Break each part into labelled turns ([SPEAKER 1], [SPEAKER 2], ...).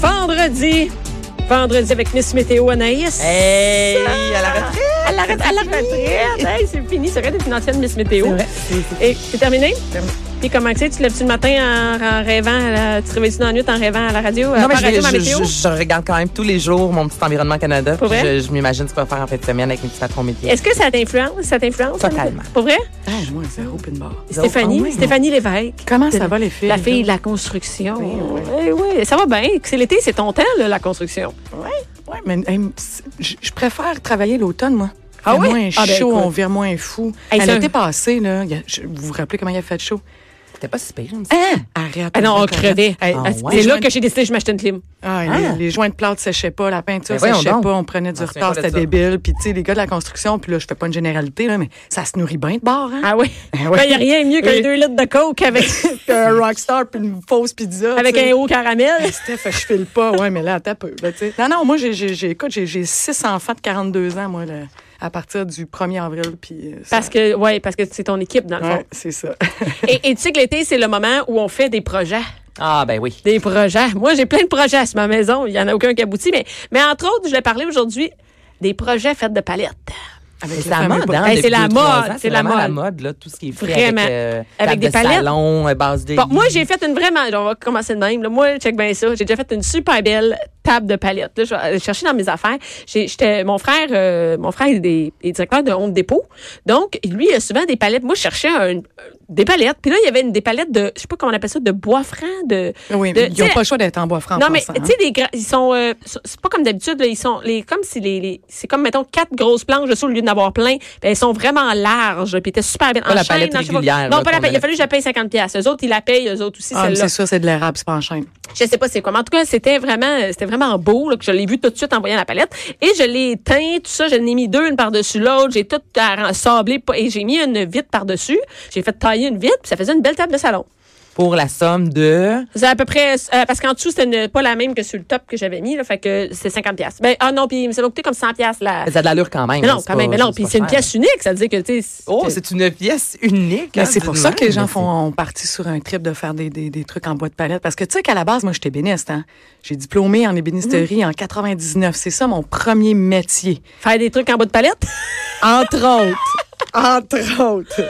[SPEAKER 1] Vendredi. Vendredi avec Miss Météo Anaïs.
[SPEAKER 2] Hey, à la retraite.
[SPEAKER 1] À la, retraite, à la retraite. Hey, c'est fini. C'est vrai, t'es une ancienne Miss Météo. Et c'est terminé?
[SPEAKER 2] Terminé.
[SPEAKER 1] Puis comment que c'est? Tu te lèves-tu le matin en, en rêvant? à la- tu te réveilles-tu dans la nuit en rêvant à la radio? à
[SPEAKER 2] Non, mais
[SPEAKER 1] la radio,
[SPEAKER 2] je,
[SPEAKER 1] ma
[SPEAKER 2] je-
[SPEAKER 1] météo?
[SPEAKER 2] je- je regarde quand même tous les jours mon petit environnement Canada.
[SPEAKER 1] Pour
[SPEAKER 2] puis
[SPEAKER 1] vrai?
[SPEAKER 2] Je, je m'imagine ce qu'on va faire en fin de semaine avec mes petits patrons métiers.
[SPEAKER 1] Est-ce que ça t'influence? Ça t'influence? ça,
[SPEAKER 2] Totalement.
[SPEAKER 1] Pour vrai?
[SPEAKER 3] Ah, moi, zéro pin barre.
[SPEAKER 1] Stéphanie,
[SPEAKER 2] Ah oui.
[SPEAKER 1] Stéphanie Lévesque.
[SPEAKER 3] Comment ça va, les filles?
[SPEAKER 1] La fille de la construction. Oui, oui. ça va bien. C'est l'été, c'est ton temps, là, la construction.
[SPEAKER 3] Ouais, mais hey, c'est- je je préfère travailler l'automne, moi.
[SPEAKER 1] Ah
[SPEAKER 3] Il fait
[SPEAKER 1] oui?
[SPEAKER 3] moins
[SPEAKER 1] Ah, ben,
[SPEAKER 3] chaud,
[SPEAKER 1] écoute.
[SPEAKER 3] on vire moins fou.
[SPEAKER 1] Hey,
[SPEAKER 3] À
[SPEAKER 1] c'est un-
[SPEAKER 3] L'été passé, là, il y a- je- vous vous rappelez comment il a fait chaud?
[SPEAKER 2] C'était pas si pire, il me semble.
[SPEAKER 3] Hein? Arrête.
[SPEAKER 1] Ah non, on
[SPEAKER 3] arrête,
[SPEAKER 1] crevait.
[SPEAKER 3] arrête.
[SPEAKER 2] Ah,
[SPEAKER 3] Hey,
[SPEAKER 2] ouais.
[SPEAKER 1] C'est
[SPEAKER 3] les
[SPEAKER 1] là
[SPEAKER 3] joints-
[SPEAKER 1] que j'ai décidé que je m'achetais une clim.
[SPEAKER 3] Ah,
[SPEAKER 2] Ah.
[SPEAKER 3] Les, les joints de plâtre séchaient pas, la peinture
[SPEAKER 2] Ben voyons
[SPEAKER 3] séchait
[SPEAKER 2] donc.
[SPEAKER 3] pas, on prenait
[SPEAKER 1] Ah,
[SPEAKER 3] du
[SPEAKER 2] On se souvient
[SPEAKER 3] retard,
[SPEAKER 2] pas de
[SPEAKER 3] c'était
[SPEAKER 2] ça.
[SPEAKER 3] débile. Puis, tu sais, les gars de la construction, puis là, je fais pas une généralité, là, mais ça se nourrit bien de bord, hein?
[SPEAKER 1] Ah oui? Il
[SPEAKER 3] Ah ouais.
[SPEAKER 1] n'y a rien de mieux qu'un
[SPEAKER 3] Oui.
[SPEAKER 1] 2 litres de coke avec,
[SPEAKER 3] Puis un rockstar, puis une fausse pizza.
[SPEAKER 1] avec
[SPEAKER 3] tu sais.
[SPEAKER 1] un haut caramel.
[SPEAKER 3] Hey, Steph, je file pas. Ouais, mais là, attends un peu. là, tu sais. non, non, moi, j'ai, j'ai, j'ai- écoute, j'ai, j'ai six enfants de 42 ans, moi, là, à partir du 1er avril. Puis, euh, ça-
[SPEAKER 1] Parce que, ouais, parce que c'est ton équipe, dans le fond.
[SPEAKER 3] Ouais, c'est ça.
[SPEAKER 1] Et, et tu sais que l'été, c'est le moment où on fait des projets.
[SPEAKER 2] Ah, ben oui.
[SPEAKER 1] Des projets. Moi, j'ai plein de projets sur ma maison. Il n'y en a aucun qui aboutit. Mais, mais entre autres, je vais parler aujourd'hui des projets faits de palettes.
[SPEAKER 3] Avec
[SPEAKER 2] C'est
[SPEAKER 3] le
[SPEAKER 2] la
[SPEAKER 3] fameux
[SPEAKER 2] mode,
[SPEAKER 3] pot-
[SPEAKER 2] hein?
[SPEAKER 1] Hey,
[SPEAKER 2] depuis
[SPEAKER 1] c'est la
[SPEAKER 2] deux, trois
[SPEAKER 1] mode,
[SPEAKER 2] ans,
[SPEAKER 1] c'est
[SPEAKER 2] C'est
[SPEAKER 1] la
[SPEAKER 2] vraiment la
[SPEAKER 1] mode.
[SPEAKER 2] mode, là, tout ce qui est fait
[SPEAKER 1] Vraiment.
[SPEAKER 2] avec, euh,
[SPEAKER 1] Avec
[SPEAKER 2] table
[SPEAKER 1] des
[SPEAKER 2] de
[SPEAKER 1] palettes.
[SPEAKER 2] salon, euh, base de
[SPEAKER 1] Bon,
[SPEAKER 2] lit.
[SPEAKER 1] moi, j'ai fait une vraiment. On va commencer de même. là. Moi, check bien ça. J'ai déjà fait une super belle table de palettes. Là, je vais aller chercher dans mes affaires. J'ai- j'étais- mon frère, euh, mon frère est, des, est directeur de Home Depot. Donc, lui, il a souvent des palettes. Moi, je cherchais un- des palettes. Puis là, il y avait une, des palettes de, je sais pas comment on appelle ça, de bois franc, de.
[SPEAKER 3] Oui,
[SPEAKER 1] de-
[SPEAKER 3] mais
[SPEAKER 1] tu
[SPEAKER 3] ils
[SPEAKER 1] sais,
[SPEAKER 3] n'ont pas le choix d'être en bois franc. en
[SPEAKER 1] non, mais
[SPEAKER 3] passant, hein.
[SPEAKER 1] tu sais, les gra- ils sont. euh, so- c'est pas comme d'habitude, là, ils sont. Les, comme si les. les- c'est comme, mettons, quatre grosses planches de au lieu d'en avoir plein. Ben, elles sont vraiment larges. Puis elles étaient super bien.
[SPEAKER 2] Pas
[SPEAKER 1] en
[SPEAKER 2] la
[SPEAKER 1] chaîne,
[SPEAKER 2] palette
[SPEAKER 1] en je sais pas-
[SPEAKER 2] régulière,
[SPEAKER 1] Non,
[SPEAKER 2] là,
[SPEAKER 1] pas la
[SPEAKER 2] qu'on
[SPEAKER 1] palette. Il a
[SPEAKER 2] avait.
[SPEAKER 1] fallu que je la paye 50$. Eux autres, ils la payent, eux autres aussi,
[SPEAKER 3] hein. Ah, mais
[SPEAKER 1] celle-là.
[SPEAKER 3] c'est ça, c'est de l'érable, c'est pas en chaîne.
[SPEAKER 1] Je sais pas c'est comment. En tout cas, c'était vraiment, euh, c'était vraiment beau, là, que je l'ai vu tout de suite en voyant la palette. Et je l'ai teint, tout ça, je l'ai mis deux, une par-dessus l'autre, j'ai tout arran- sablé, pas- et j'ai mis une vitre par-dessus. J'ai fait tailler une vitre, puis ça faisait une belle table de salon.
[SPEAKER 2] Pour la somme de.
[SPEAKER 1] C'est à peu près, euh, parce qu'en dessous, c'était une- pas la même que sur le top que j'avais mis, là, fait que c'est 50 pièces. Ben, ah non, puis ça m'a coûté comme 100 pièces là.
[SPEAKER 2] Ça a de l'allure quand même.
[SPEAKER 1] Mais
[SPEAKER 2] là,
[SPEAKER 1] non,
[SPEAKER 2] c'est
[SPEAKER 1] quand
[SPEAKER 2] pas-
[SPEAKER 1] même, mais non,
[SPEAKER 2] pas
[SPEAKER 1] puis c'est une
[SPEAKER 2] cher.
[SPEAKER 1] pièce unique, ça veut dire que, tu sais.
[SPEAKER 2] Oh, c'est une pièce unique.
[SPEAKER 3] Mais
[SPEAKER 2] hein,
[SPEAKER 3] c'est
[SPEAKER 2] du
[SPEAKER 3] pour ça
[SPEAKER 2] monde.
[SPEAKER 3] que les gens font, ont parti sur un trip de faire des, des, des trucs en bois de palette. Parce que tu sais qu'à la base, moi, j'étais ébéniste. Hein? J'ai diplômé en
[SPEAKER 1] Mm.
[SPEAKER 3] ébénisterie en 99. C'est ça mon premier métier.
[SPEAKER 1] faire des trucs en bas de palette.
[SPEAKER 3] Entre autres. Entre autres.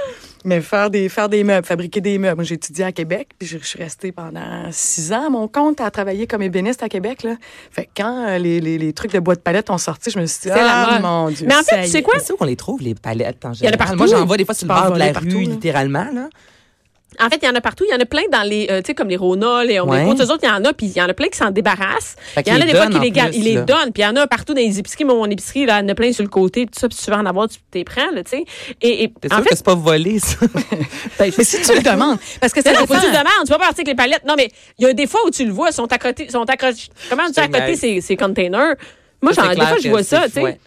[SPEAKER 3] Mais faire des, faire des meubles, fabriquer des meubles. Moi, j'ai étudié à Québec, puis je, je suis restée pendant six ans à mon compte à travailler comme ébéniste à Québec. Là. Fait que quand euh, les, les, les trucs de bois de palette ont sorti, je me suis dit,
[SPEAKER 1] C'était la
[SPEAKER 3] ah,
[SPEAKER 1] mode.
[SPEAKER 3] mon Dieu.
[SPEAKER 1] Mais en fait,
[SPEAKER 3] ça
[SPEAKER 1] tu
[SPEAKER 3] y
[SPEAKER 1] sais
[SPEAKER 3] est.
[SPEAKER 1] quoi?
[SPEAKER 2] Mais C'est où qu'on les trouve, les palettes en général?
[SPEAKER 1] partout.
[SPEAKER 2] Moi, j'en vois des fois sur le
[SPEAKER 3] Tu peux en
[SPEAKER 2] bord de la
[SPEAKER 3] voler partout,
[SPEAKER 2] rue,
[SPEAKER 3] là.
[SPEAKER 2] littéralement, là.
[SPEAKER 1] En fait, il y en a partout. Il y en a plein dans les, euh, tu sais, comme les Rona, les Home
[SPEAKER 2] Ouais.
[SPEAKER 1] Depot, tous eux autres, il y en a, puis il y en a plein qui s'en débarrassent. Il y
[SPEAKER 2] Fait
[SPEAKER 1] en
[SPEAKER 2] qu'ils
[SPEAKER 1] a des
[SPEAKER 2] les
[SPEAKER 1] fois
[SPEAKER 2] donnent
[SPEAKER 1] qui
[SPEAKER 2] en
[SPEAKER 1] les gardent,
[SPEAKER 2] plus,
[SPEAKER 1] ils les
[SPEAKER 2] là.
[SPEAKER 1] donnent, puis il y en a partout dans les épiceries. Mon épicerie, là, il y en a plein sur le côté, puis tout ça, puis si tu veux en avoir, tu les prends, là, tu sais. Et, et
[SPEAKER 2] T'es
[SPEAKER 1] en
[SPEAKER 2] sûr
[SPEAKER 1] fait,
[SPEAKER 2] que
[SPEAKER 1] Ben,
[SPEAKER 2] c'est pas volé, ça?
[SPEAKER 3] Mais si tu le demandes, parce que c'est
[SPEAKER 1] non, non, faut que tu
[SPEAKER 3] dépend.
[SPEAKER 1] le demandes, tu vas pas partir avec les palettes. Non, mais il y a des fois où tu le vois, ils sont accrotés, sont accrochés. Comment tu dis
[SPEAKER 2] C'est
[SPEAKER 1] accotés
[SPEAKER 2] nice.
[SPEAKER 1] ces, ces containers? Moi, j'en,
[SPEAKER 2] C'est
[SPEAKER 1] des
[SPEAKER 2] clair
[SPEAKER 1] fois, je
[SPEAKER 2] que
[SPEAKER 1] vois
[SPEAKER 2] c'est-
[SPEAKER 1] ça, tu sais.
[SPEAKER 2] ouais.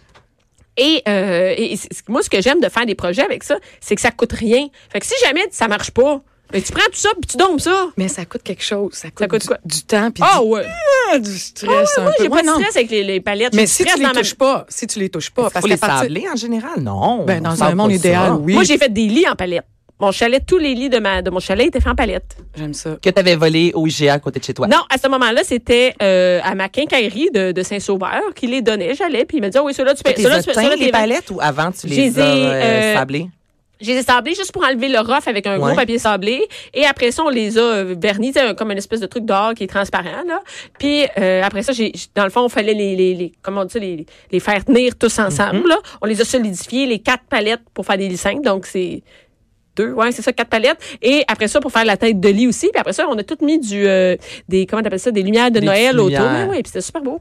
[SPEAKER 1] Et, euh, et- et c'est- c'est- moi, ce que j'aime de faire des projets avec ça, c'est que ça coûte rien. Fait que si jamais ça marche pas, ben, tu prends tout ça puis tu donnes ça.
[SPEAKER 3] Mais ça coûte quelque chose. Ça coûte,
[SPEAKER 1] coûte
[SPEAKER 3] du,
[SPEAKER 1] quoi?
[SPEAKER 3] du temps, puis
[SPEAKER 1] Ah ouais.
[SPEAKER 3] du, du stress un
[SPEAKER 1] Moi,
[SPEAKER 3] peu.
[SPEAKER 1] j'ai
[SPEAKER 3] Ouais,
[SPEAKER 1] pas de
[SPEAKER 3] non.
[SPEAKER 1] stress avec les, les palettes. J'ai
[SPEAKER 3] Mais
[SPEAKER 1] du
[SPEAKER 3] si
[SPEAKER 1] stress
[SPEAKER 3] tu les
[SPEAKER 1] dans ma-
[SPEAKER 3] touches pas, si tu les touches pas, parce
[SPEAKER 2] Faut
[SPEAKER 3] que
[SPEAKER 2] les sabler en général? Non.
[SPEAKER 3] Ben,
[SPEAKER 2] on
[SPEAKER 3] dans
[SPEAKER 2] sable
[SPEAKER 3] un monde
[SPEAKER 2] pas
[SPEAKER 3] idéal,
[SPEAKER 2] ça.
[SPEAKER 3] oui.
[SPEAKER 1] Moi, j'ai fait des lits en palette. Mon chalet, tous les lits de, ma, de mon chalet étaient faits en palette.
[SPEAKER 3] J'aime ça.
[SPEAKER 2] Que t'avais volé au IGA à côté de chez toi.
[SPEAKER 1] Non, à ce moment-là, c'était euh, à ma quincaillerie de, de Saint-Sauveur qui les donnait. J'allais, puis il me disait, Ah oui, ceux-là, tu peux...
[SPEAKER 2] Tu
[SPEAKER 1] ceux-là,
[SPEAKER 2] les
[SPEAKER 1] tu peux-
[SPEAKER 2] teints,
[SPEAKER 1] ceux-là,
[SPEAKER 2] les
[SPEAKER 1] t'es-
[SPEAKER 2] palettes, ou avant, tu
[SPEAKER 1] J'ai
[SPEAKER 2] les
[SPEAKER 1] dit,
[SPEAKER 2] as
[SPEAKER 1] euh,
[SPEAKER 2] euh, sablées?
[SPEAKER 1] Je les ai sablés juste pour enlever le rough avec un gros
[SPEAKER 2] Ouais.
[SPEAKER 1] papier sablé. Et après ça, on les a euh, vernis, tu sais, comme une espèce de truc dehors qui est transparent. Là. Puis euh, après ça, j'ai, j- dans le fond, on fallait les, les, les- comment on dit ça, les, les faire tenir tous ensemble.
[SPEAKER 2] Mhm.
[SPEAKER 1] là. On les a solidifiés, les quatre palettes pour faire des lits simples. Donc, c'est deux, ouais, c'est ça, quatre palettes. Et après ça, pour faire la tête de lit aussi. Puis après ça, on a tout mis du, euh, des, comment t'appelles ça, des lumières de
[SPEAKER 2] Des
[SPEAKER 1] Noël
[SPEAKER 2] petites
[SPEAKER 1] autour.
[SPEAKER 2] lumières.
[SPEAKER 1] Ouais, ouais, puis c'était super beau.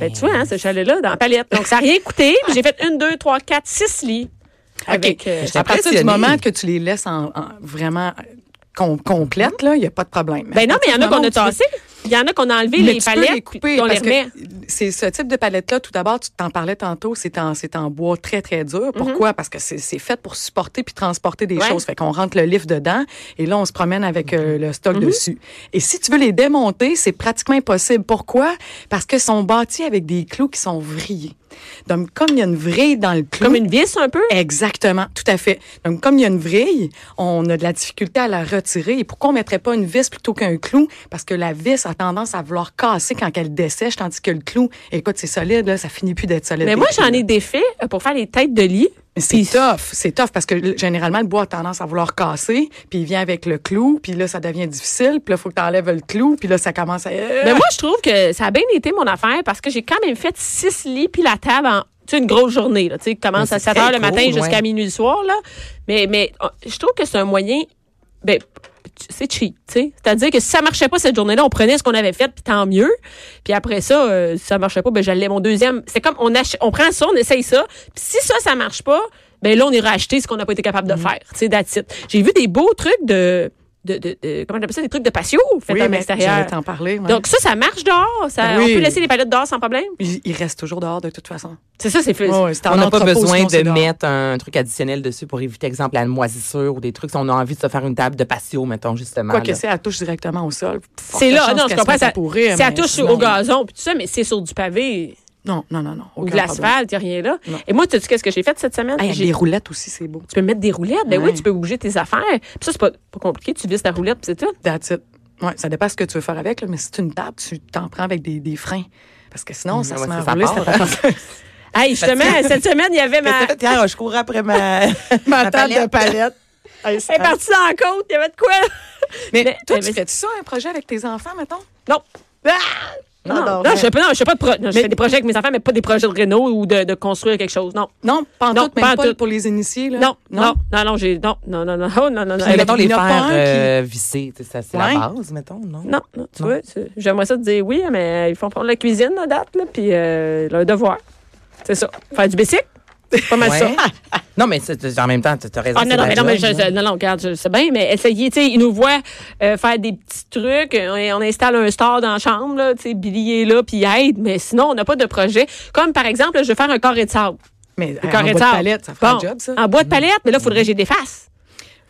[SPEAKER 1] Ben, tu vois, hein, ce chalet-là, dans la palette. Donc, ça n'a rien coûté. Puis j'ai fait une, deux, trois, quatre, six lits. Avec, euh,
[SPEAKER 2] J'étais
[SPEAKER 3] À partir du
[SPEAKER 2] impressionnée.
[SPEAKER 3] moment que tu les laisses en, en- vraiment euh, com- complètes, là, il n'y a pas de problème.
[SPEAKER 1] Ben non, mais il y en a qu'on a
[SPEAKER 3] tassé
[SPEAKER 1] tassé. Il y en a qu'on a enlevé les palettes, puis on les
[SPEAKER 3] parce que
[SPEAKER 1] remet.
[SPEAKER 3] C'est ce type de palette-là. Tout d'abord, tu t'en parlais tantôt, c'est en, c'est en bois très, très dur. Pourquoi? Parce que c'est c'est fait pour supporter puis transporter des
[SPEAKER 1] Mhm. Ouais.
[SPEAKER 3] choses. Fait qu'on rentre le livre dedans et là, on se promène avec euh, le stock
[SPEAKER 1] Mhm.
[SPEAKER 3] dessus. Et si tu veux les démonter, c'est pratiquement impossible. Pourquoi? Parce que sont bâtis avec des clous qui sont vrillés. Donc, comme il y a une vrille dans le clou.
[SPEAKER 1] Comme une vis un
[SPEAKER 3] Euh,
[SPEAKER 1] peu.
[SPEAKER 3] Exactement, tout à fait. Donc, comme il y a une vrille, on a de la difficulté à la retirer. Et pourquoi on mettrait pas une vis plutôt qu'un clou? Parce que la vis a tendance à vouloir casser quand elle dessèche, tandis que le clou, écoute, c'est solide, là, ça finit plus d'être solide.
[SPEAKER 1] Mais moi,
[SPEAKER 3] Et-
[SPEAKER 1] j'en ai des faits euh, pour faire les têtes de lit.
[SPEAKER 3] mais C'est tough, c'est tough parce que l- généralement le bois a tendance à vouloir casser, puis il vient avec le clou, puis là ça devient difficile, puis là faut que t'enlèves le clou, puis là ça commence à Ah!
[SPEAKER 1] Mais moi, je trouve que ça a bien été mon affaire parce que j'ai quand même fait six lits puis la table en tu sais, une grosse journée. Là, tu sais, commence
[SPEAKER 2] Mais
[SPEAKER 1] à
[SPEAKER 2] c'est
[SPEAKER 1] 7 heures
[SPEAKER 2] très
[SPEAKER 1] le matin
[SPEAKER 2] cool,
[SPEAKER 1] jusqu'à
[SPEAKER 2] ouais.
[SPEAKER 1] minuit le soir. Là. Mais, mais oh, je trouve que c'est un moyen. Ben, tu- c'est cheap, tu sais. C'est-à-dire que si ça marchait pas cette journée-là, on prenait ce qu'on avait fait, puis tant mieux. Puis après ça, euh, si ça marchait pas, ben j'allais mon deuxième. C'est comme on ach- on prend ça, on essaye ça. Puis si ça, ça marche pas, ben là, on ira acheter ce qu'on n'a pas été
[SPEAKER 2] Mm-hmm.
[SPEAKER 1] capable de faire. Tu sais, that's it. J'ai vu des beaux trucs de. De, de, de- comment on appelle ça, des trucs de patio faits
[SPEAKER 3] oui,
[SPEAKER 1] en
[SPEAKER 3] mais
[SPEAKER 1] extérieur.
[SPEAKER 3] j'allais t'en parler. ouais. Ben
[SPEAKER 1] Donc ça, ça marche dehors. Ça,
[SPEAKER 3] Oui.
[SPEAKER 1] On peut laisser les palettes dehors sans problème.
[SPEAKER 3] il, il reste toujours dehors de toute façon.
[SPEAKER 1] C'est ça, c'est fait.
[SPEAKER 3] Ouais, ouais, c'est en
[SPEAKER 2] On n'a pas
[SPEAKER 3] entrepôt,
[SPEAKER 2] besoin
[SPEAKER 3] sinon,
[SPEAKER 2] de
[SPEAKER 3] c'est dehors.
[SPEAKER 2] mettre un truc additionnel dessus pour éviter, exemple, la moisissure ou des trucs. Si on a envie de se faire une table de patio, mettons, justement.
[SPEAKER 3] Quoi que
[SPEAKER 2] là.
[SPEAKER 3] c'est, elle touche directement au sol.
[SPEAKER 1] C'est
[SPEAKER 3] Forte
[SPEAKER 1] là,
[SPEAKER 3] chance
[SPEAKER 1] non, je
[SPEAKER 3] qu'elle
[SPEAKER 1] comprends.
[SPEAKER 3] se mette à
[SPEAKER 1] Ça,
[SPEAKER 3] pourrir,
[SPEAKER 1] ça
[SPEAKER 3] mais
[SPEAKER 1] touche
[SPEAKER 3] sinon-
[SPEAKER 1] au gazon, puis tout ça, mais c'est sur du pavé
[SPEAKER 3] Non, non, non, non.
[SPEAKER 1] ou de
[SPEAKER 3] aucun problème.
[SPEAKER 1] l'asphalte, il a rien là.
[SPEAKER 3] Non. Ah,
[SPEAKER 1] Et moi, tu sais qu'est-ce que j'ai fait cette semaine?
[SPEAKER 3] Hey, avec
[SPEAKER 1] J'ai-
[SPEAKER 3] les roulettes aussi, c'est beau.
[SPEAKER 1] tu peux mettre des roulettes, ben
[SPEAKER 3] Ouais.
[SPEAKER 1] oui, tu peux bouger tes affaires. Puis ça, c'est pas, pas compliqué, tu vises ta roulette, puis c'est tout.
[SPEAKER 3] That's it. Ouais, ça dépend ce que tu veux faire avec, là, mais si tu une table, tu t'en prends avec des, des freins. Parce que
[SPEAKER 1] Mm,
[SPEAKER 3] sinon, ça
[SPEAKER 2] Ouais,
[SPEAKER 3] se met
[SPEAKER 2] ça,
[SPEAKER 3] à
[SPEAKER 2] ça
[SPEAKER 3] rouler,
[SPEAKER 2] part.
[SPEAKER 3] ça part.
[SPEAKER 1] Hey, justement, cette semaine, il y avait ma.
[SPEAKER 2] Qu'est-ce que t'as fait hier? je cours après ma,
[SPEAKER 3] Ma
[SPEAKER 2] ma
[SPEAKER 3] table de
[SPEAKER 2] palette.
[SPEAKER 3] palette. Hey, ça-
[SPEAKER 1] Elle est partie dans la côte, il y avait de quoi?
[SPEAKER 3] mais,
[SPEAKER 1] mais- eh,
[SPEAKER 3] toi,
[SPEAKER 1] mais-
[SPEAKER 3] tu ferais-tu ça, un projet avec tes enfants, mettons?
[SPEAKER 1] Non.
[SPEAKER 3] Non,
[SPEAKER 1] Non, non,
[SPEAKER 3] non,
[SPEAKER 1] je fais pas, non, je fais pas de pro- non, je
[SPEAKER 3] Mais-
[SPEAKER 1] fais des projets avec mes enfants, mais pas des projets de réno ou de, de construire quelque chose. Non.
[SPEAKER 3] Non, pas en
[SPEAKER 1] Non,
[SPEAKER 3] tout, même
[SPEAKER 1] pas en
[SPEAKER 3] pas,
[SPEAKER 1] tout.
[SPEAKER 3] pour les initiés, là?
[SPEAKER 1] Non, non, non, non, j'ai. Non, non, non, non, oh, non, non, non.
[SPEAKER 2] Puis, mettons,
[SPEAKER 3] Il
[SPEAKER 2] les
[SPEAKER 3] y en a pas
[SPEAKER 2] faire
[SPEAKER 3] un
[SPEAKER 2] euh, visser, tu sais, ça, c'est
[SPEAKER 3] Ouais.
[SPEAKER 2] la base, mettons, non?
[SPEAKER 1] Non, non, tu
[SPEAKER 2] Non.
[SPEAKER 1] vois, tu- j'aimerais ça te dire oui, mais ils font prendre la cuisine à date, là, puis euh, leur devoir. C'est ça. Faire du bicycle, c'est pas mal
[SPEAKER 2] Ouais.
[SPEAKER 1] ça.
[SPEAKER 2] Non, mais c'est- c'est- en même temps, tu as raison.
[SPEAKER 1] Ah non,
[SPEAKER 2] c'est
[SPEAKER 1] non,
[SPEAKER 2] la
[SPEAKER 1] mais non, mais je,
[SPEAKER 2] job,
[SPEAKER 1] je-
[SPEAKER 2] là.
[SPEAKER 1] non, non, regarde, je sais bien, mais essayez, tu sais, ils nous voient euh, faire des petits trucs, on, on installe un store dans la chambre, là, tu sais, Billy est là, puis il aide, mais sinon, on n'a pas de projet. Comme, par exemple, là, je veux faire un carré de sable. Un
[SPEAKER 3] Mais hey, Ah, en
[SPEAKER 1] carré
[SPEAKER 3] bois
[SPEAKER 1] de
[SPEAKER 3] de
[SPEAKER 1] sable.
[SPEAKER 3] palette, ça fera
[SPEAKER 1] Bon,
[SPEAKER 3] un job, ça? Mm-hmm.
[SPEAKER 1] En bois de palette, mais là, il faudrait que j'ai des faces.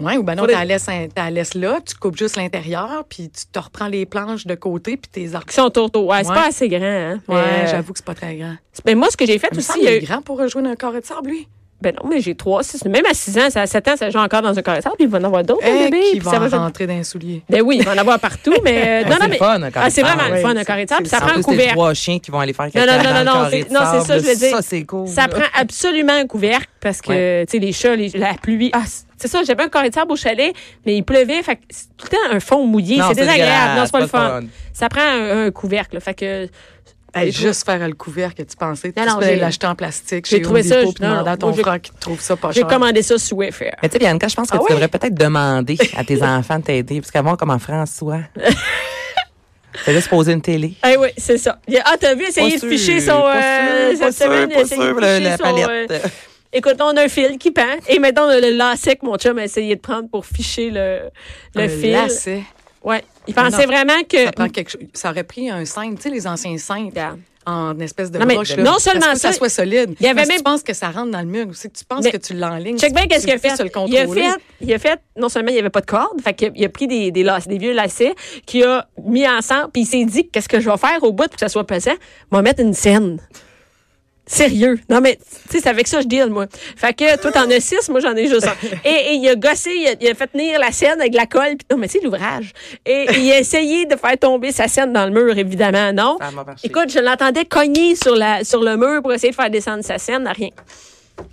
[SPEAKER 3] Oui, ou ben non,
[SPEAKER 1] Faudrait-
[SPEAKER 3] t'en laisses, un- t'en laisses là, tu coupes juste l'intérieur, puis tu te reprends les planches de côté, puis tes arcs.
[SPEAKER 1] Qui sont autour. Ouais, c'est
[SPEAKER 3] Ouais.
[SPEAKER 1] pas assez grand, hein.
[SPEAKER 3] Ouais,
[SPEAKER 1] mais,
[SPEAKER 3] j'avoue que c'est pas très grand.
[SPEAKER 1] mais moi, ce que j'ai fait
[SPEAKER 3] Mais
[SPEAKER 1] aussi,
[SPEAKER 3] ça,
[SPEAKER 1] il
[SPEAKER 3] il
[SPEAKER 1] y a eu-
[SPEAKER 3] est grand pour rejoindre un carré de sable, lui.
[SPEAKER 1] Ben non, mais j'ai trois, six. Même à six ans, ça- à sept ans, ça joue encore dans un carré de sable, puis il va en avoir d'autres, mon
[SPEAKER 3] Eh,
[SPEAKER 1] bébé.
[SPEAKER 3] qui
[SPEAKER 1] puis ça
[SPEAKER 3] va
[SPEAKER 1] va
[SPEAKER 3] en
[SPEAKER 1] jouer-
[SPEAKER 3] rentrer dans un soulier.
[SPEAKER 1] Ben oui, il va en avoir partout, mais. euh, non,
[SPEAKER 2] Ben, c'est
[SPEAKER 1] non,
[SPEAKER 2] le
[SPEAKER 1] mais.
[SPEAKER 2] fun, un carré
[SPEAKER 1] Ah, c'est
[SPEAKER 2] de sable.
[SPEAKER 1] vraiment le
[SPEAKER 3] Ouais,
[SPEAKER 1] fun, un
[SPEAKER 3] c'est-
[SPEAKER 1] carré de sable, puis ça
[SPEAKER 2] En
[SPEAKER 1] prend un
[SPEAKER 2] plus, c'est
[SPEAKER 1] couvert.
[SPEAKER 2] trois chiens qui vont aller faire
[SPEAKER 1] Non,
[SPEAKER 2] caca
[SPEAKER 1] non, non,
[SPEAKER 2] dans
[SPEAKER 1] non,
[SPEAKER 2] le
[SPEAKER 1] non,
[SPEAKER 2] carré
[SPEAKER 1] c'est-
[SPEAKER 2] de
[SPEAKER 1] non, c'est
[SPEAKER 2] sable,
[SPEAKER 1] ça, je veux dire.
[SPEAKER 2] Ça, c'est cool.
[SPEAKER 1] Ça prend absolument un couvercle parce que, tu sais, les chats, les- la pluie. Ah, c'est- c'est ça, j'avais un carré de sable au chalet, mais il pleuvait. Fait que c'est tout le temps un fond mouillé.
[SPEAKER 2] Non,
[SPEAKER 1] C'est
[SPEAKER 2] c'est
[SPEAKER 1] désagréable.
[SPEAKER 2] dégueulasse,
[SPEAKER 1] Non, c'est pas le
[SPEAKER 2] c'est pas
[SPEAKER 1] fun.
[SPEAKER 2] le fun.
[SPEAKER 1] Ça prend un, un couvercle. là. Fait que
[SPEAKER 3] Hey,
[SPEAKER 1] j'ai trouvé-
[SPEAKER 3] juste faire le couvert que tu pensais.
[SPEAKER 1] Non,
[SPEAKER 3] tu
[SPEAKER 1] non,
[SPEAKER 3] peux aller
[SPEAKER 1] j'ai-
[SPEAKER 3] l'acheter en plastique.
[SPEAKER 1] j'ai
[SPEAKER 3] J'ai
[SPEAKER 1] trouvé
[SPEAKER 3] trouvé
[SPEAKER 1] ça,
[SPEAKER 3] ça. Puis
[SPEAKER 1] je- non,
[SPEAKER 3] demander à
[SPEAKER 1] non,
[SPEAKER 3] ton
[SPEAKER 1] moi, j'ai-
[SPEAKER 3] frère qui trouve ça pas
[SPEAKER 1] j'ai
[SPEAKER 3] cher.
[SPEAKER 1] commandé ça sur Wayfair.
[SPEAKER 2] Mais tu sais, Bianca, je pense que
[SPEAKER 3] Ah
[SPEAKER 2] tu
[SPEAKER 3] ouais?
[SPEAKER 2] devrais peut-être demander à tes enfants de t'aider, parce qu'avant, comme en François. Fais juste poser une télé.
[SPEAKER 1] Eh oui, c'est ça. Il a- Ah, t'as vu, essayer de
[SPEAKER 2] Pas
[SPEAKER 1] ficher
[SPEAKER 2] sûr,
[SPEAKER 1] son.
[SPEAKER 2] pas
[SPEAKER 1] euh,
[SPEAKER 2] sûr, pas
[SPEAKER 1] cette semaine,
[SPEAKER 2] sûr, pas
[SPEAKER 1] essayer de
[SPEAKER 2] sûr, la-
[SPEAKER 1] ficher
[SPEAKER 2] la
[SPEAKER 1] son, euh,
[SPEAKER 2] palette.
[SPEAKER 1] Écoute, on a un fil qui pend. Et maintenant, on a le lacet que mon chum a essayé de prendre pour ficher le, le
[SPEAKER 3] Un
[SPEAKER 1] fil.
[SPEAKER 3] lacet.
[SPEAKER 1] Ouais. Il pensait
[SPEAKER 3] Non.
[SPEAKER 1] vraiment que.
[SPEAKER 3] Ça, prend quelque chose. ça aurait pris un cintre, tu sais, les anciens cintres.
[SPEAKER 1] Regarde.
[SPEAKER 3] En espèce de
[SPEAKER 1] Non, mais
[SPEAKER 3] broche. là.
[SPEAKER 1] non
[SPEAKER 3] Ça se peut
[SPEAKER 1] seulement
[SPEAKER 3] que
[SPEAKER 1] ça,
[SPEAKER 3] ça soit solide.
[SPEAKER 1] il y avait
[SPEAKER 3] Parce que
[SPEAKER 1] même-
[SPEAKER 3] Tu penses que ça rentre dans le mur aussi. que Tu penses
[SPEAKER 1] Mais-
[SPEAKER 3] que tu l'enlignes.
[SPEAKER 1] Check bien
[SPEAKER 3] tu-
[SPEAKER 1] qu'est-ce
[SPEAKER 3] tu
[SPEAKER 1] qu'il a fait.
[SPEAKER 3] peux se le
[SPEAKER 1] il a
[SPEAKER 3] contrôler.
[SPEAKER 1] fait, il a fait, non seulement il n'y avait pas de corde, fait qu'il a- il a pris des, des, lac- des vieux lacets qu'il a mis ensemble, puis il s'est dit, qu'est-ce que je vais faire au bout pour que ça soit pesant? Je vais mettre une scène. Sérieux. Non, mais, tu sais, c'est avec ça que je deal, moi. Fait que, toi, t'en as six, moi, j'en ai juste un. Et, et il a gossé, il a, il a fait tenir la scène avec de la colle, puis non, mais c'est l'ouvrage. Et il a essayé de faire tomber sa scène dans le mur, évidemment, non.
[SPEAKER 2] Ça a pas marché.
[SPEAKER 1] Écoute, je l'entendais cogner sur, la, sur le mur pour essayer de faire descendre sa scène, rien.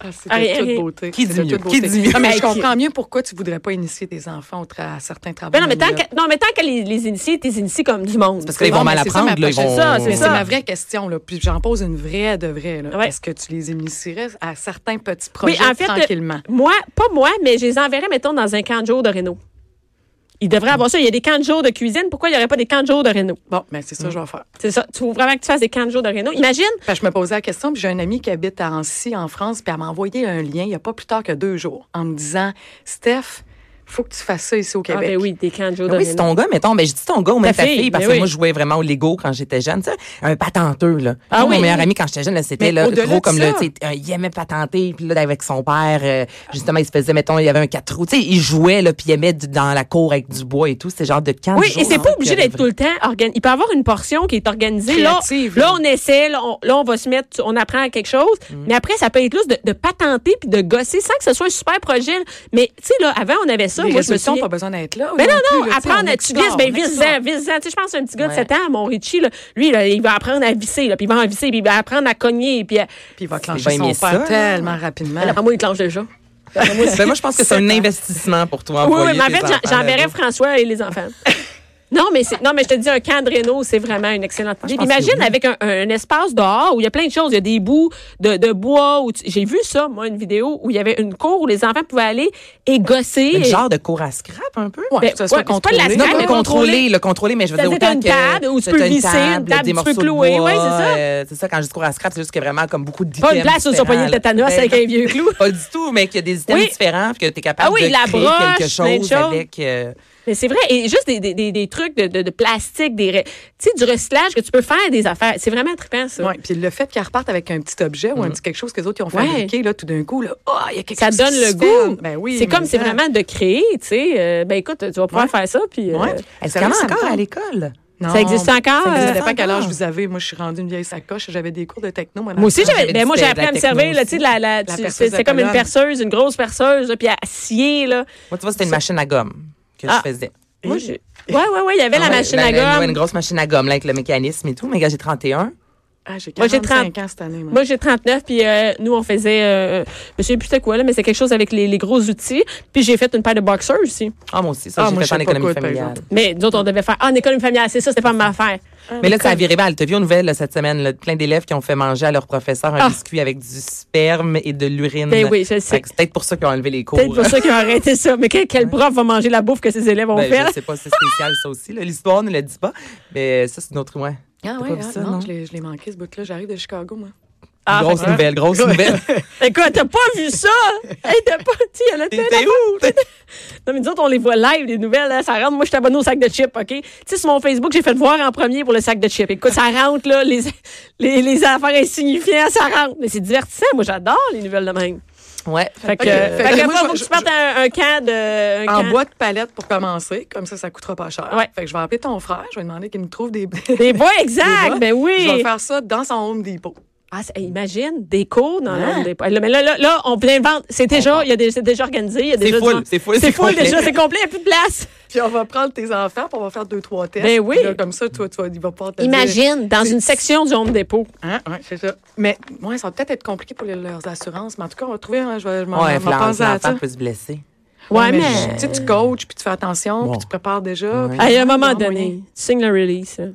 [SPEAKER 3] Ah, c'est
[SPEAKER 1] Rien,
[SPEAKER 3] de toute
[SPEAKER 1] rien.
[SPEAKER 3] beauté.
[SPEAKER 2] Qui
[SPEAKER 3] C'est
[SPEAKER 2] dit
[SPEAKER 3] de
[SPEAKER 2] mieux?
[SPEAKER 3] toute beauté.
[SPEAKER 2] Qui dit mieux?
[SPEAKER 3] Ah, mais
[SPEAKER 1] Hey,
[SPEAKER 3] je
[SPEAKER 1] qui-
[SPEAKER 3] comprends mieux pourquoi tu voudrais pas initier tes enfants au tra- à certains travaux.
[SPEAKER 1] Ben non, mais tant
[SPEAKER 3] manuels.
[SPEAKER 1] que, non, mais tant que les, les initiés, t'es initiés comme du monde.
[SPEAKER 2] Parce
[SPEAKER 1] tu
[SPEAKER 2] que là,
[SPEAKER 1] sais.
[SPEAKER 2] ils vont
[SPEAKER 3] Non,
[SPEAKER 2] mal
[SPEAKER 3] mais c'est ça,
[SPEAKER 2] apprendre,
[SPEAKER 3] ma
[SPEAKER 2] là, ils
[SPEAKER 3] prochaine-
[SPEAKER 2] vont...
[SPEAKER 1] ça,
[SPEAKER 3] Mais
[SPEAKER 1] c'est
[SPEAKER 3] c'est ma vraie question, là. Puis j'en pose une vraie de vraie, là.
[SPEAKER 1] Ouais.
[SPEAKER 3] Est-ce que tu les initierais à certains petits
[SPEAKER 1] Oui,
[SPEAKER 3] projets
[SPEAKER 1] en fait, euh,
[SPEAKER 3] tranquillement?
[SPEAKER 1] moi, pas moi, mais je les enverrais, mettons, dans un camp de jour de Renault. Il devrait avoir ça. Il y a des camps de jour de cuisine. Pourquoi il n'y aurait pas des camps de jour de Renault?
[SPEAKER 3] Bon, ben c'est ça
[SPEAKER 1] Mm.
[SPEAKER 3] que je vais faire.
[SPEAKER 1] C'est ça. Tu veux vraiment que tu fasses des camps de jour de Renault? Imagine.
[SPEAKER 3] Parce que je me posais la question, puis j'ai un ami qui habite à Annecy, en France, puis elle m'a envoyé un lien il n'y a pas plus tard que deux jours en me disant Steph, faut que tu fasses ça ici au
[SPEAKER 1] Ah,
[SPEAKER 3] Québec.
[SPEAKER 1] ben oui, des camps de Joe
[SPEAKER 2] Ah Oui,
[SPEAKER 1] Domino.
[SPEAKER 2] c'est ton gars, mettons. Ben, je dis ton gars ou même ta
[SPEAKER 1] Ta
[SPEAKER 2] fille,
[SPEAKER 1] fille,
[SPEAKER 2] parce
[SPEAKER 1] mais
[SPEAKER 2] que
[SPEAKER 1] oui.
[SPEAKER 2] moi, je jouais vraiment au Lego quand j'étais jeune. Tu sais, un patenteux, là.
[SPEAKER 1] Ah
[SPEAKER 2] Moi,
[SPEAKER 1] oui.
[SPEAKER 2] Mon meilleur ami, quand j'étais jeune, là, c'était
[SPEAKER 3] Mais
[SPEAKER 2] là,
[SPEAKER 3] au-delà
[SPEAKER 2] gros
[SPEAKER 3] de
[SPEAKER 2] comme
[SPEAKER 3] ça.
[SPEAKER 2] là, tu sais, euh, il aimait patenter, puis là, avec son père, euh, justement, il se faisait, mettons, il y avait un quatre roues. Tu sais, il jouait, là, puis il aimait du- dans la cour avec du bois et tout. C'était genre de camp de
[SPEAKER 1] Oui,
[SPEAKER 2] jour,
[SPEAKER 1] et c'est
[SPEAKER 2] hein,
[SPEAKER 1] pas
[SPEAKER 2] puis
[SPEAKER 1] obligé
[SPEAKER 2] il y avait
[SPEAKER 1] d'être tout le temps organ- Il peut y avoir une portion qui est organisée. Là,
[SPEAKER 3] Créative,
[SPEAKER 1] là,
[SPEAKER 3] là.
[SPEAKER 1] on essaie, là on, là, on va se mettre, on apprend à quelque chose. Mais après, ça peut être plus de, de patenter puis de gosser sans que ce soit un super projet. Mais, tu sais, là, avant, on avait ça.
[SPEAKER 3] Les
[SPEAKER 1] Moi, je me suis
[SPEAKER 3] résolutions, pas besoin d'être là.
[SPEAKER 1] Mais non,
[SPEAKER 3] plus,
[SPEAKER 1] Ben non,
[SPEAKER 3] là, tu sais,
[SPEAKER 1] apprendre,
[SPEAKER 3] on
[SPEAKER 1] tu
[SPEAKER 3] explore,
[SPEAKER 1] glisses, ben,
[SPEAKER 3] on
[SPEAKER 1] vise-en,
[SPEAKER 3] explore.
[SPEAKER 1] vise-en. Tu sais, je pense à un petit gars de
[SPEAKER 2] Ouais.
[SPEAKER 1] 7 ans, mon Richie, là, lui, là, il va apprendre à visser, là, puis il va en visser, puis il va apprendre à cogner, puis à...
[SPEAKER 3] Puis il va
[SPEAKER 2] bien
[SPEAKER 3] clencher
[SPEAKER 2] aimé
[SPEAKER 3] son
[SPEAKER 2] ça, là.
[SPEAKER 3] père tellement rapidement.
[SPEAKER 1] Après moi, il clenche déjà.
[SPEAKER 2] Ben, moi, je pense que c'est un investissement pour toi.
[SPEAKER 1] Oui,
[SPEAKER 2] envoyer
[SPEAKER 1] oui, mais en
[SPEAKER 2] tes
[SPEAKER 1] fait, j'en-
[SPEAKER 2] enfants
[SPEAKER 1] j'enverrais
[SPEAKER 2] là-bas.
[SPEAKER 1] François et les enfants. Non mais, c'est- non, mais je te dis, un camp de réno, c'est vraiment une excellente idée.
[SPEAKER 2] pense
[SPEAKER 1] Imagine
[SPEAKER 2] que oui.
[SPEAKER 1] avec un, un espace dehors où il y a plein de choses. Il y a des bouts de, de bois. où tu- J'ai vu ça, moi, une vidéo où il y avait une cour où les enfants pouvaient aller et gosser. et-
[SPEAKER 2] Mais le genre de cours à scrap, un peu.
[SPEAKER 3] Ouais,
[SPEAKER 1] Ben,
[SPEAKER 3] que ce soit
[SPEAKER 1] ouais, c'est pas de la
[SPEAKER 3] contrôlé.
[SPEAKER 2] Non,
[SPEAKER 1] scrap,
[SPEAKER 2] pas
[SPEAKER 1] mais
[SPEAKER 2] contrôlé, le contrôler, mais je veux
[SPEAKER 1] Ça
[SPEAKER 2] dire
[SPEAKER 1] peut être
[SPEAKER 2] autant
[SPEAKER 1] une
[SPEAKER 2] que
[SPEAKER 1] table où tu
[SPEAKER 2] c'est
[SPEAKER 1] peux visser, une table
[SPEAKER 2] des
[SPEAKER 1] où tu peux
[SPEAKER 2] morceaux de
[SPEAKER 1] clouer,
[SPEAKER 2] bois,
[SPEAKER 1] ouais, c'est ça.
[SPEAKER 2] euh, c'est ça quand je dis cours à scrap, c'est juste que vraiment comme beaucoup de
[SPEAKER 1] Pas une place où tu vas pogner le tétanos avec un vieux clou.
[SPEAKER 2] Pas du tout, mais qu'il y a des items
[SPEAKER 1] Oui.
[SPEAKER 2] différents, puis que tu es capable
[SPEAKER 1] Ah oui,
[SPEAKER 2] de
[SPEAKER 1] la
[SPEAKER 2] créer
[SPEAKER 1] broche,
[SPEAKER 2] quelque
[SPEAKER 1] plein de
[SPEAKER 2] chose
[SPEAKER 1] choses.
[SPEAKER 2] avec euh,
[SPEAKER 1] Mais c'est vrai, et juste des, des, des, des trucs de, de, de plastique, des, re- tu sais, du recyclage que tu peux faire des affaires. C'est vraiment trippant, ça. Mm.
[SPEAKER 3] Ouais, puis le fait qu'elles repartent avec un petit objet ou un petit quelque chose que les autres ils ont
[SPEAKER 1] Ouais.
[SPEAKER 3] fabriqué, là, tout d'un coup, là, Ah, il y a quelque
[SPEAKER 1] Ça
[SPEAKER 3] chose
[SPEAKER 1] donne
[SPEAKER 3] qui
[SPEAKER 1] le
[SPEAKER 3] se
[SPEAKER 1] goût.
[SPEAKER 3] fait. Ben oui,
[SPEAKER 1] c'est comme
[SPEAKER 3] mais
[SPEAKER 1] c'est
[SPEAKER 3] ça.
[SPEAKER 1] vraiment de créer, tu sais. euh, ben écoute, tu vas pouvoir faire ça, puis. euh,
[SPEAKER 3] Ouais.
[SPEAKER 2] Est-ce
[SPEAKER 3] C'est
[SPEAKER 2] qu'il y en
[SPEAKER 3] vrai,
[SPEAKER 2] a
[SPEAKER 3] ça me
[SPEAKER 2] encore
[SPEAKER 3] tente.
[SPEAKER 2] à l'école?
[SPEAKER 3] Non,
[SPEAKER 1] Ça existe encore,
[SPEAKER 3] Ça
[SPEAKER 1] euh,
[SPEAKER 3] dépend
[SPEAKER 2] encore.
[SPEAKER 3] quel âge vous avez. Moi, je suis rendue une vieille sacoche. J'avais des cours de techno.
[SPEAKER 1] Moi aussi,
[SPEAKER 3] j'avais...
[SPEAKER 1] j'avais, ben, moi, j'ai appris à me servir, là, tu sais, de la, la,
[SPEAKER 3] La
[SPEAKER 1] tu-
[SPEAKER 3] perceuse
[SPEAKER 1] c'est,
[SPEAKER 3] à
[SPEAKER 1] c'est comme une
[SPEAKER 3] colonne.
[SPEAKER 1] perceuse, une grosse perceuse, là, puis à scier, là.
[SPEAKER 2] Moi, tu vois, c'était une machine à gomme que
[SPEAKER 1] Ah.
[SPEAKER 2] je faisais.
[SPEAKER 1] Moi, je- ouais, ouais, ouais, il y avait la
[SPEAKER 2] Ouais,
[SPEAKER 1] machine
[SPEAKER 2] ben,
[SPEAKER 1] à
[SPEAKER 2] ben, ouais,
[SPEAKER 1] gomme.
[SPEAKER 2] Une grosse machine à gomme, là, avec le mécanisme et tout. Mais gars, j'ai 31.
[SPEAKER 3] Ah, j'ai
[SPEAKER 1] Moi, j'ai
[SPEAKER 3] 45 ans cette année. Moi.
[SPEAKER 1] Moi, j'ai 39, puis euh, nous, on faisait, euh, je sais plus c'était quoi, là, mais c'est quelque chose avec les, les gros outils. Puis j'ai fait une paire de boxers aussi.
[SPEAKER 2] Ah, moi aussi, ça,
[SPEAKER 3] Ah,
[SPEAKER 2] j'ai
[SPEAKER 3] moi,
[SPEAKER 2] fait
[SPEAKER 3] je
[SPEAKER 2] en
[SPEAKER 3] sais pas
[SPEAKER 2] économie
[SPEAKER 3] quoi, par
[SPEAKER 2] familiale.
[SPEAKER 3] exemple.
[SPEAKER 1] Mais d'autres, on devait faire, ah, en économie familiale, c'est ça, c'était pas ma affaire.
[SPEAKER 2] Mais là, ça a viré mal. T'as vu aux nouvelles là, cette semaine, là, plein d'élèves qui ont fait manger à leur professeur un
[SPEAKER 1] Ah.
[SPEAKER 2] biscuit avec du sperme et de l'urine.
[SPEAKER 1] Ben oui, je le sais.
[SPEAKER 2] Mm. Fait que C'est peut-être pour ça qu'ils ont enlevé les cours.
[SPEAKER 1] Peut-être pour ça qu'ils ont arrêté ça. Mais quel, quel prof va manger la bouffe que ses élèves ont
[SPEAKER 2] Ben,
[SPEAKER 1] fait?
[SPEAKER 2] je sais pas, c'est spécial ça aussi. là. L'histoire ne le dit pas. Mais ça, c'est une autre. Ouais. T'as
[SPEAKER 3] Ah, ouais,
[SPEAKER 2] pas vu
[SPEAKER 3] ah,
[SPEAKER 2] ça,
[SPEAKER 3] non,
[SPEAKER 2] non?
[SPEAKER 3] je l'ai- je l'ai manqué, ce bout-là. J'arrive de Chicago, moi.
[SPEAKER 1] Ah,
[SPEAKER 2] grosse
[SPEAKER 1] fait que- hein.
[SPEAKER 2] nouvelle, grosse nouvelle.
[SPEAKER 1] Écoute, t'as pas vu ça? Hey, t'as pas, tu sais, elle a tellement-
[SPEAKER 2] T'es où?
[SPEAKER 1] Non, mais nous autres, on les voit live, les nouvelles, là, ça rentre. Moi, je suis abonnée au sac de chips, OK? Tu sais, sur mon Facebook, j'ai fait voir en premier pour le sac de chips. Écoute, ça rentre, là, les, les, les affaires insignifiantes, ça rentre. Mais c'est divertissant. Moi, j'adore les nouvelles de même.
[SPEAKER 2] Ouais.
[SPEAKER 1] Fait que,
[SPEAKER 3] Ok.
[SPEAKER 1] euh, fait
[SPEAKER 3] Fait
[SPEAKER 1] que
[SPEAKER 3] que moi,
[SPEAKER 1] faut
[SPEAKER 3] je-
[SPEAKER 1] que tu
[SPEAKER 3] je-
[SPEAKER 1] partes un, un camp de. un
[SPEAKER 3] En
[SPEAKER 1] camp.
[SPEAKER 3] bois de palette pour commencer. Comme ça, ça coûtera pas cher.
[SPEAKER 1] Ouais.
[SPEAKER 3] Fait que je vais appeler ton frère. Je vais demander qu'il me trouve des.
[SPEAKER 1] Des bois, exact.
[SPEAKER 3] bois.
[SPEAKER 1] Ben oui.
[SPEAKER 3] Je vais faire ça dans son Home Depot.
[SPEAKER 1] Ah, c'est- imagine, des cours dans
[SPEAKER 3] Hein?
[SPEAKER 1] le- des- là, Mais là, là, là, on invente. C'est déjà, il y a des- c'est déjà organisé. il y a déjà du
[SPEAKER 2] full,
[SPEAKER 1] monde.
[SPEAKER 2] c'est full,
[SPEAKER 1] C'est
[SPEAKER 2] c'est
[SPEAKER 1] full
[SPEAKER 2] complet.
[SPEAKER 1] déjà, c'est complet, il n'y a plus de place.
[SPEAKER 3] Puis on va prendre tes enfants, puis on va faire deux, trois tests.
[SPEAKER 1] Ben oui.
[SPEAKER 3] Puis là, comme ça, toi, tu vas, il va pas te dire-
[SPEAKER 1] Imagine, dans une section du Home Depot.
[SPEAKER 3] Hein, ouais, c'est ça. Mais moi, ça va peut-être être compliqué pour les- leurs assurances, mais en tout cas, on va trouver. hein, je vais je m'en
[SPEAKER 2] Ouais,
[SPEAKER 3] m'en penser à ça.
[SPEAKER 2] l'enfant peut se blesser.
[SPEAKER 1] Ouais, mais.
[SPEAKER 3] je- Tu sais, tu coaches, puis tu fais attention,
[SPEAKER 2] Bon.
[SPEAKER 3] puis tu prépares déjà.
[SPEAKER 2] Ouais.
[SPEAKER 3] puis-
[SPEAKER 1] Hey, à un moment
[SPEAKER 3] Non,
[SPEAKER 1] donné,
[SPEAKER 3] moyen.
[SPEAKER 1] tu signes le release. là.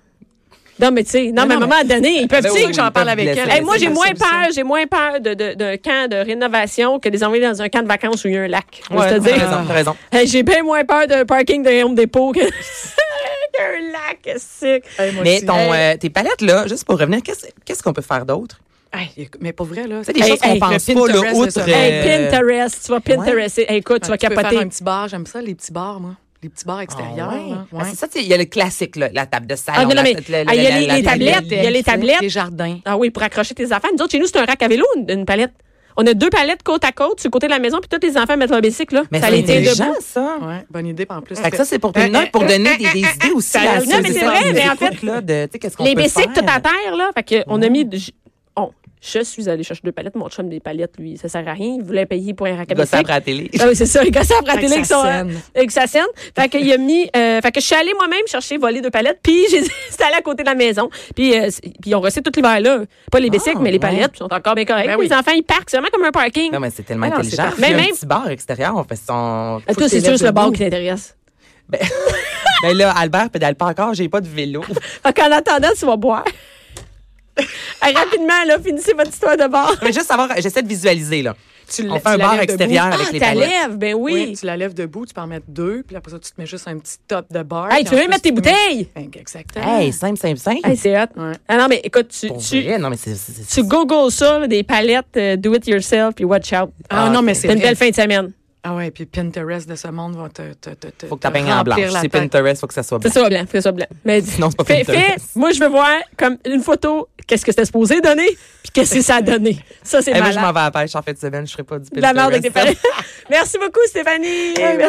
[SPEAKER 1] Non, mais tu sais, non, mais à un
[SPEAKER 3] non,
[SPEAKER 1] moment donné, ils peuvent
[SPEAKER 2] Ben
[SPEAKER 1] tu sais,
[SPEAKER 2] oui,
[SPEAKER 3] que j'en
[SPEAKER 2] ils
[SPEAKER 3] parle
[SPEAKER 2] peuvent
[SPEAKER 3] avec
[SPEAKER 2] blesser.
[SPEAKER 3] elle.
[SPEAKER 1] Hey,
[SPEAKER 3] c'est
[SPEAKER 1] moi, j'ai
[SPEAKER 3] la
[SPEAKER 1] moins
[SPEAKER 3] solution.
[SPEAKER 1] peur, j'ai moins peur de, de- d'un camp de rénovation que de les envoyer dans un camp de vacances où il y a un lac. On va se
[SPEAKER 2] Ouais,
[SPEAKER 1] le
[SPEAKER 2] t'as
[SPEAKER 1] dire.
[SPEAKER 2] raison, t'as raison.
[SPEAKER 1] Hey, j'ai bien moins peur d'un parking de Home Depot que qu'un lac, c'est
[SPEAKER 3] Hey, moi
[SPEAKER 2] Mais
[SPEAKER 3] aussi.
[SPEAKER 2] ton,
[SPEAKER 3] Hey,
[SPEAKER 2] euh, tes palettes, là, juste pour revenir, qu'est-ce qu'est-ce qu'on peut faire d'autre?
[SPEAKER 3] hey, écoute, mais pour vrai, là.
[SPEAKER 2] Tu sais, des
[SPEAKER 1] Hey,
[SPEAKER 2] choses qu'on
[SPEAKER 1] hey,
[SPEAKER 2] pense
[SPEAKER 3] le
[SPEAKER 2] pas, là,
[SPEAKER 3] Pinterest,
[SPEAKER 2] outre.
[SPEAKER 3] c'est ça.
[SPEAKER 1] Hey,
[SPEAKER 2] euh,
[SPEAKER 1] Pinterest, tu vas Pinterest. Hey, écoute, tu vas
[SPEAKER 3] Ah, peux
[SPEAKER 1] capoter.
[SPEAKER 3] faire un petit bar, j'aime ça, les petits bars, moi. Les petits bars extérieurs.
[SPEAKER 2] Ah ouais.
[SPEAKER 3] là.
[SPEAKER 2] Ah,
[SPEAKER 3] Ouais.
[SPEAKER 2] c'est ça, tu sais, il y a le classique, là, la table de salon.
[SPEAKER 1] Ah, non, non,
[SPEAKER 2] la-
[SPEAKER 1] mais-
[SPEAKER 2] la- la-
[SPEAKER 1] ah, il y a
[SPEAKER 2] la-
[SPEAKER 1] les-
[SPEAKER 2] la-
[SPEAKER 1] les
[SPEAKER 2] la-
[SPEAKER 1] tablettes, il y a les tablettes.
[SPEAKER 3] Les jardins.
[SPEAKER 1] Ah oui, pour accrocher tes affaires. Nous autres, chez nous, c'est un rack à vélo, une, une palette. On a deux palettes côte à côte sur le côté de la maison, puis tous les enfants mettent leur bicycle. Là.
[SPEAKER 2] Mais
[SPEAKER 1] ça
[SPEAKER 2] c'est
[SPEAKER 1] les tient
[SPEAKER 2] intelligent,
[SPEAKER 1] debout.
[SPEAKER 2] ça.
[SPEAKER 3] Ouais, bonne idée, puis en plus.
[SPEAKER 2] Fait que ça, c'est pour, te- non, pour donner des, des idées aussi.
[SPEAKER 1] Ça-
[SPEAKER 2] à
[SPEAKER 1] non,
[SPEAKER 2] ceux
[SPEAKER 1] mais
[SPEAKER 2] et
[SPEAKER 1] c'est
[SPEAKER 2] celles
[SPEAKER 1] vrai,
[SPEAKER 2] qui nous
[SPEAKER 1] mais en fait,
[SPEAKER 2] écoutent, là, de, tu sais, qu'est-ce qu'on
[SPEAKER 1] Les
[SPEAKER 2] peut
[SPEAKER 1] bicycles tout
[SPEAKER 2] faire. Oh.
[SPEAKER 1] à terre, là. Fait que on a mis. j- on- je suis allée chercher deux palettes. Mon chum des palettes, lui, ça sert à rien. Il voulait payer pour un rack à
[SPEAKER 2] Il va
[SPEAKER 1] bicycle.
[SPEAKER 2] s'apprendre à la télé.
[SPEAKER 1] Ah oui, c'est ça, les gars, ça
[SPEAKER 3] Fait que
[SPEAKER 1] télé
[SPEAKER 3] ça
[SPEAKER 1] qui sont
[SPEAKER 3] scène.
[SPEAKER 1] euh, avec sa scène. Fait que il a mis euh, fait que je suis allée moi-même chercher voler deux palettes puis j'ai installé à côté de la maison. Puis euh, c'est- puis on restait tout l'hiver là, pas les bicycles
[SPEAKER 2] Ah,
[SPEAKER 1] mais les
[SPEAKER 2] ouais.
[SPEAKER 1] palettes puis ils sont encore bien corrects.
[SPEAKER 3] Ben oui.
[SPEAKER 1] Les enfants ils parquent, c'est vraiment comme un parking.
[SPEAKER 2] Non, mais c'est tellement
[SPEAKER 3] Ah non, c'est
[SPEAKER 2] intelligent.
[SPEAKER 3] parfait.
[SPEAKER 2] Mais
[SPEAKER 1] Mais
[SPEAKER 2] même.
[SPEAKER 1] même-
[SPEAKER 2] Un petit bar extérieur, on fait son.
[SPEAKER 1] Euh,
[SPEAKER 2] faut
[SPEAKER 1] Toi,
[SPEAKER 2] que
[SPEAKER 1] c'est
[SPEAKER 2] t'élèves
[SPEAKER 1] juste le bar
[SPEAKER 2] debout.
[SPEAKER 1] qui t'intéresse.
[SPEAKER 2] Ben, ben là, Albert pédale pas encore, j'ai pas de vélo.
[SPEAKER 1] Fait qu'en attendant, tu vas boire. Hey, rapidement, là, finissez votre histoire de bar.
[SPEAKER 2] Mais juste savoir, j'essaie de visualiser, là.
[SPEAKER 3] Tu
[SPEAKER 2] On
[SPEAKER 3] la-
[SPEAKER 2] fait
[SPEAKER 3] tu
[SPEAKER 2] un
[SPEAKER 3] la
[SPEAKER 2] bar
[SPEAKER 3] lèves debout.
[SPEAKER 2] extérieur avec
[SPEAKER 1] Ah,
[SPEAKER 2] les
[SPEAKER 1] ta
[SPEAKER 2] palettes.
[SPEAKER 1] lève, ben oui.
[SPEAKER 3] Oui. tu la lèves debout, tu peux en mettre deux, puis après ça, tu te mets juste un petit top de bar.
[SPEAKER 1] Hey,
[SPEAKER 3] puis
[SPEAKER 1] tu
[SPEAKER 3] en
[SPEAKER 1] veux
[SPEAKER 3] plus,
[SPEAKER 1] mettre tes
[SPEAKER 3] tu mets-
[SPEAKER 1] bouteilles?
[SPEAKER 3] Ben, Exactement.
[SPEAKER 2] Hey, simple, simple, simple.
[SPEAKER 1] Ah. Hey, c'est hot.
[SPEAKER 3] Ouais.
[SPEAKER 1] Ah non, mais écoute, tu,
[SPEAKER 2] Pour
[SPEAKER 1] tu,
[SPEAKER 2] vrai, non, mais c'est. c'est- c'est-
[SPEAKER 1] tu googles ça, là, des palettes euh, do it yourself, puis watch out.
[SPEAKER 3] Ah non, mais c'est
[SPEAKER 1] C'est une
[SPEAKER 3] vrai.
[SPEAKER 1] belle fin de semaine.
[SPEAKER 3] Ah ouais, puis Pinterest de ce monde va te. te, te, te
[SPEAKER 2] Faut que t'appelles en
[SPEAKER 3] remplir
[SPEAKER 2] blanche.
[SPEAKER 3] la
[SPEAKER 2] C'est
[SPEAKER 3] tête.
[SPEAKER 2] Pinterest, faut que ça soit
[SPEAKER 1] C'est
[SPEAKER 2] blanc.
[SPEAKER 1] ça, blanc. Fais ça, blanc. Mais
[SPEAKER 2] Sinon, c'est pas
[SPEAKER 1] fais,
[SPEAKER 2] Pinterest.
[SPEAKER 1] fais- Moi, je veux voir comme une photo, qu'est-ce que c'était supposé donner, puis qu'est-ce que ça a donné. Ça, c'est
[SPEAKER 2] Eh, moi,
[SPEAKER 1] malade.
[SPEAKER 2] je m'en vais à la pêche en fin de semaine, je ferai pas du
[SPEAKER 1] De la
[SPEAKER 2] Pinterest.
[SPEAKER 1] merde avec tes parents. Merci beaucoup, Stéphanie.
[SPEAKER 2] Eh
[SPEAKER 3] Hey,
[SPEAKER 2] ben,
[SPEAKER 1] Merci.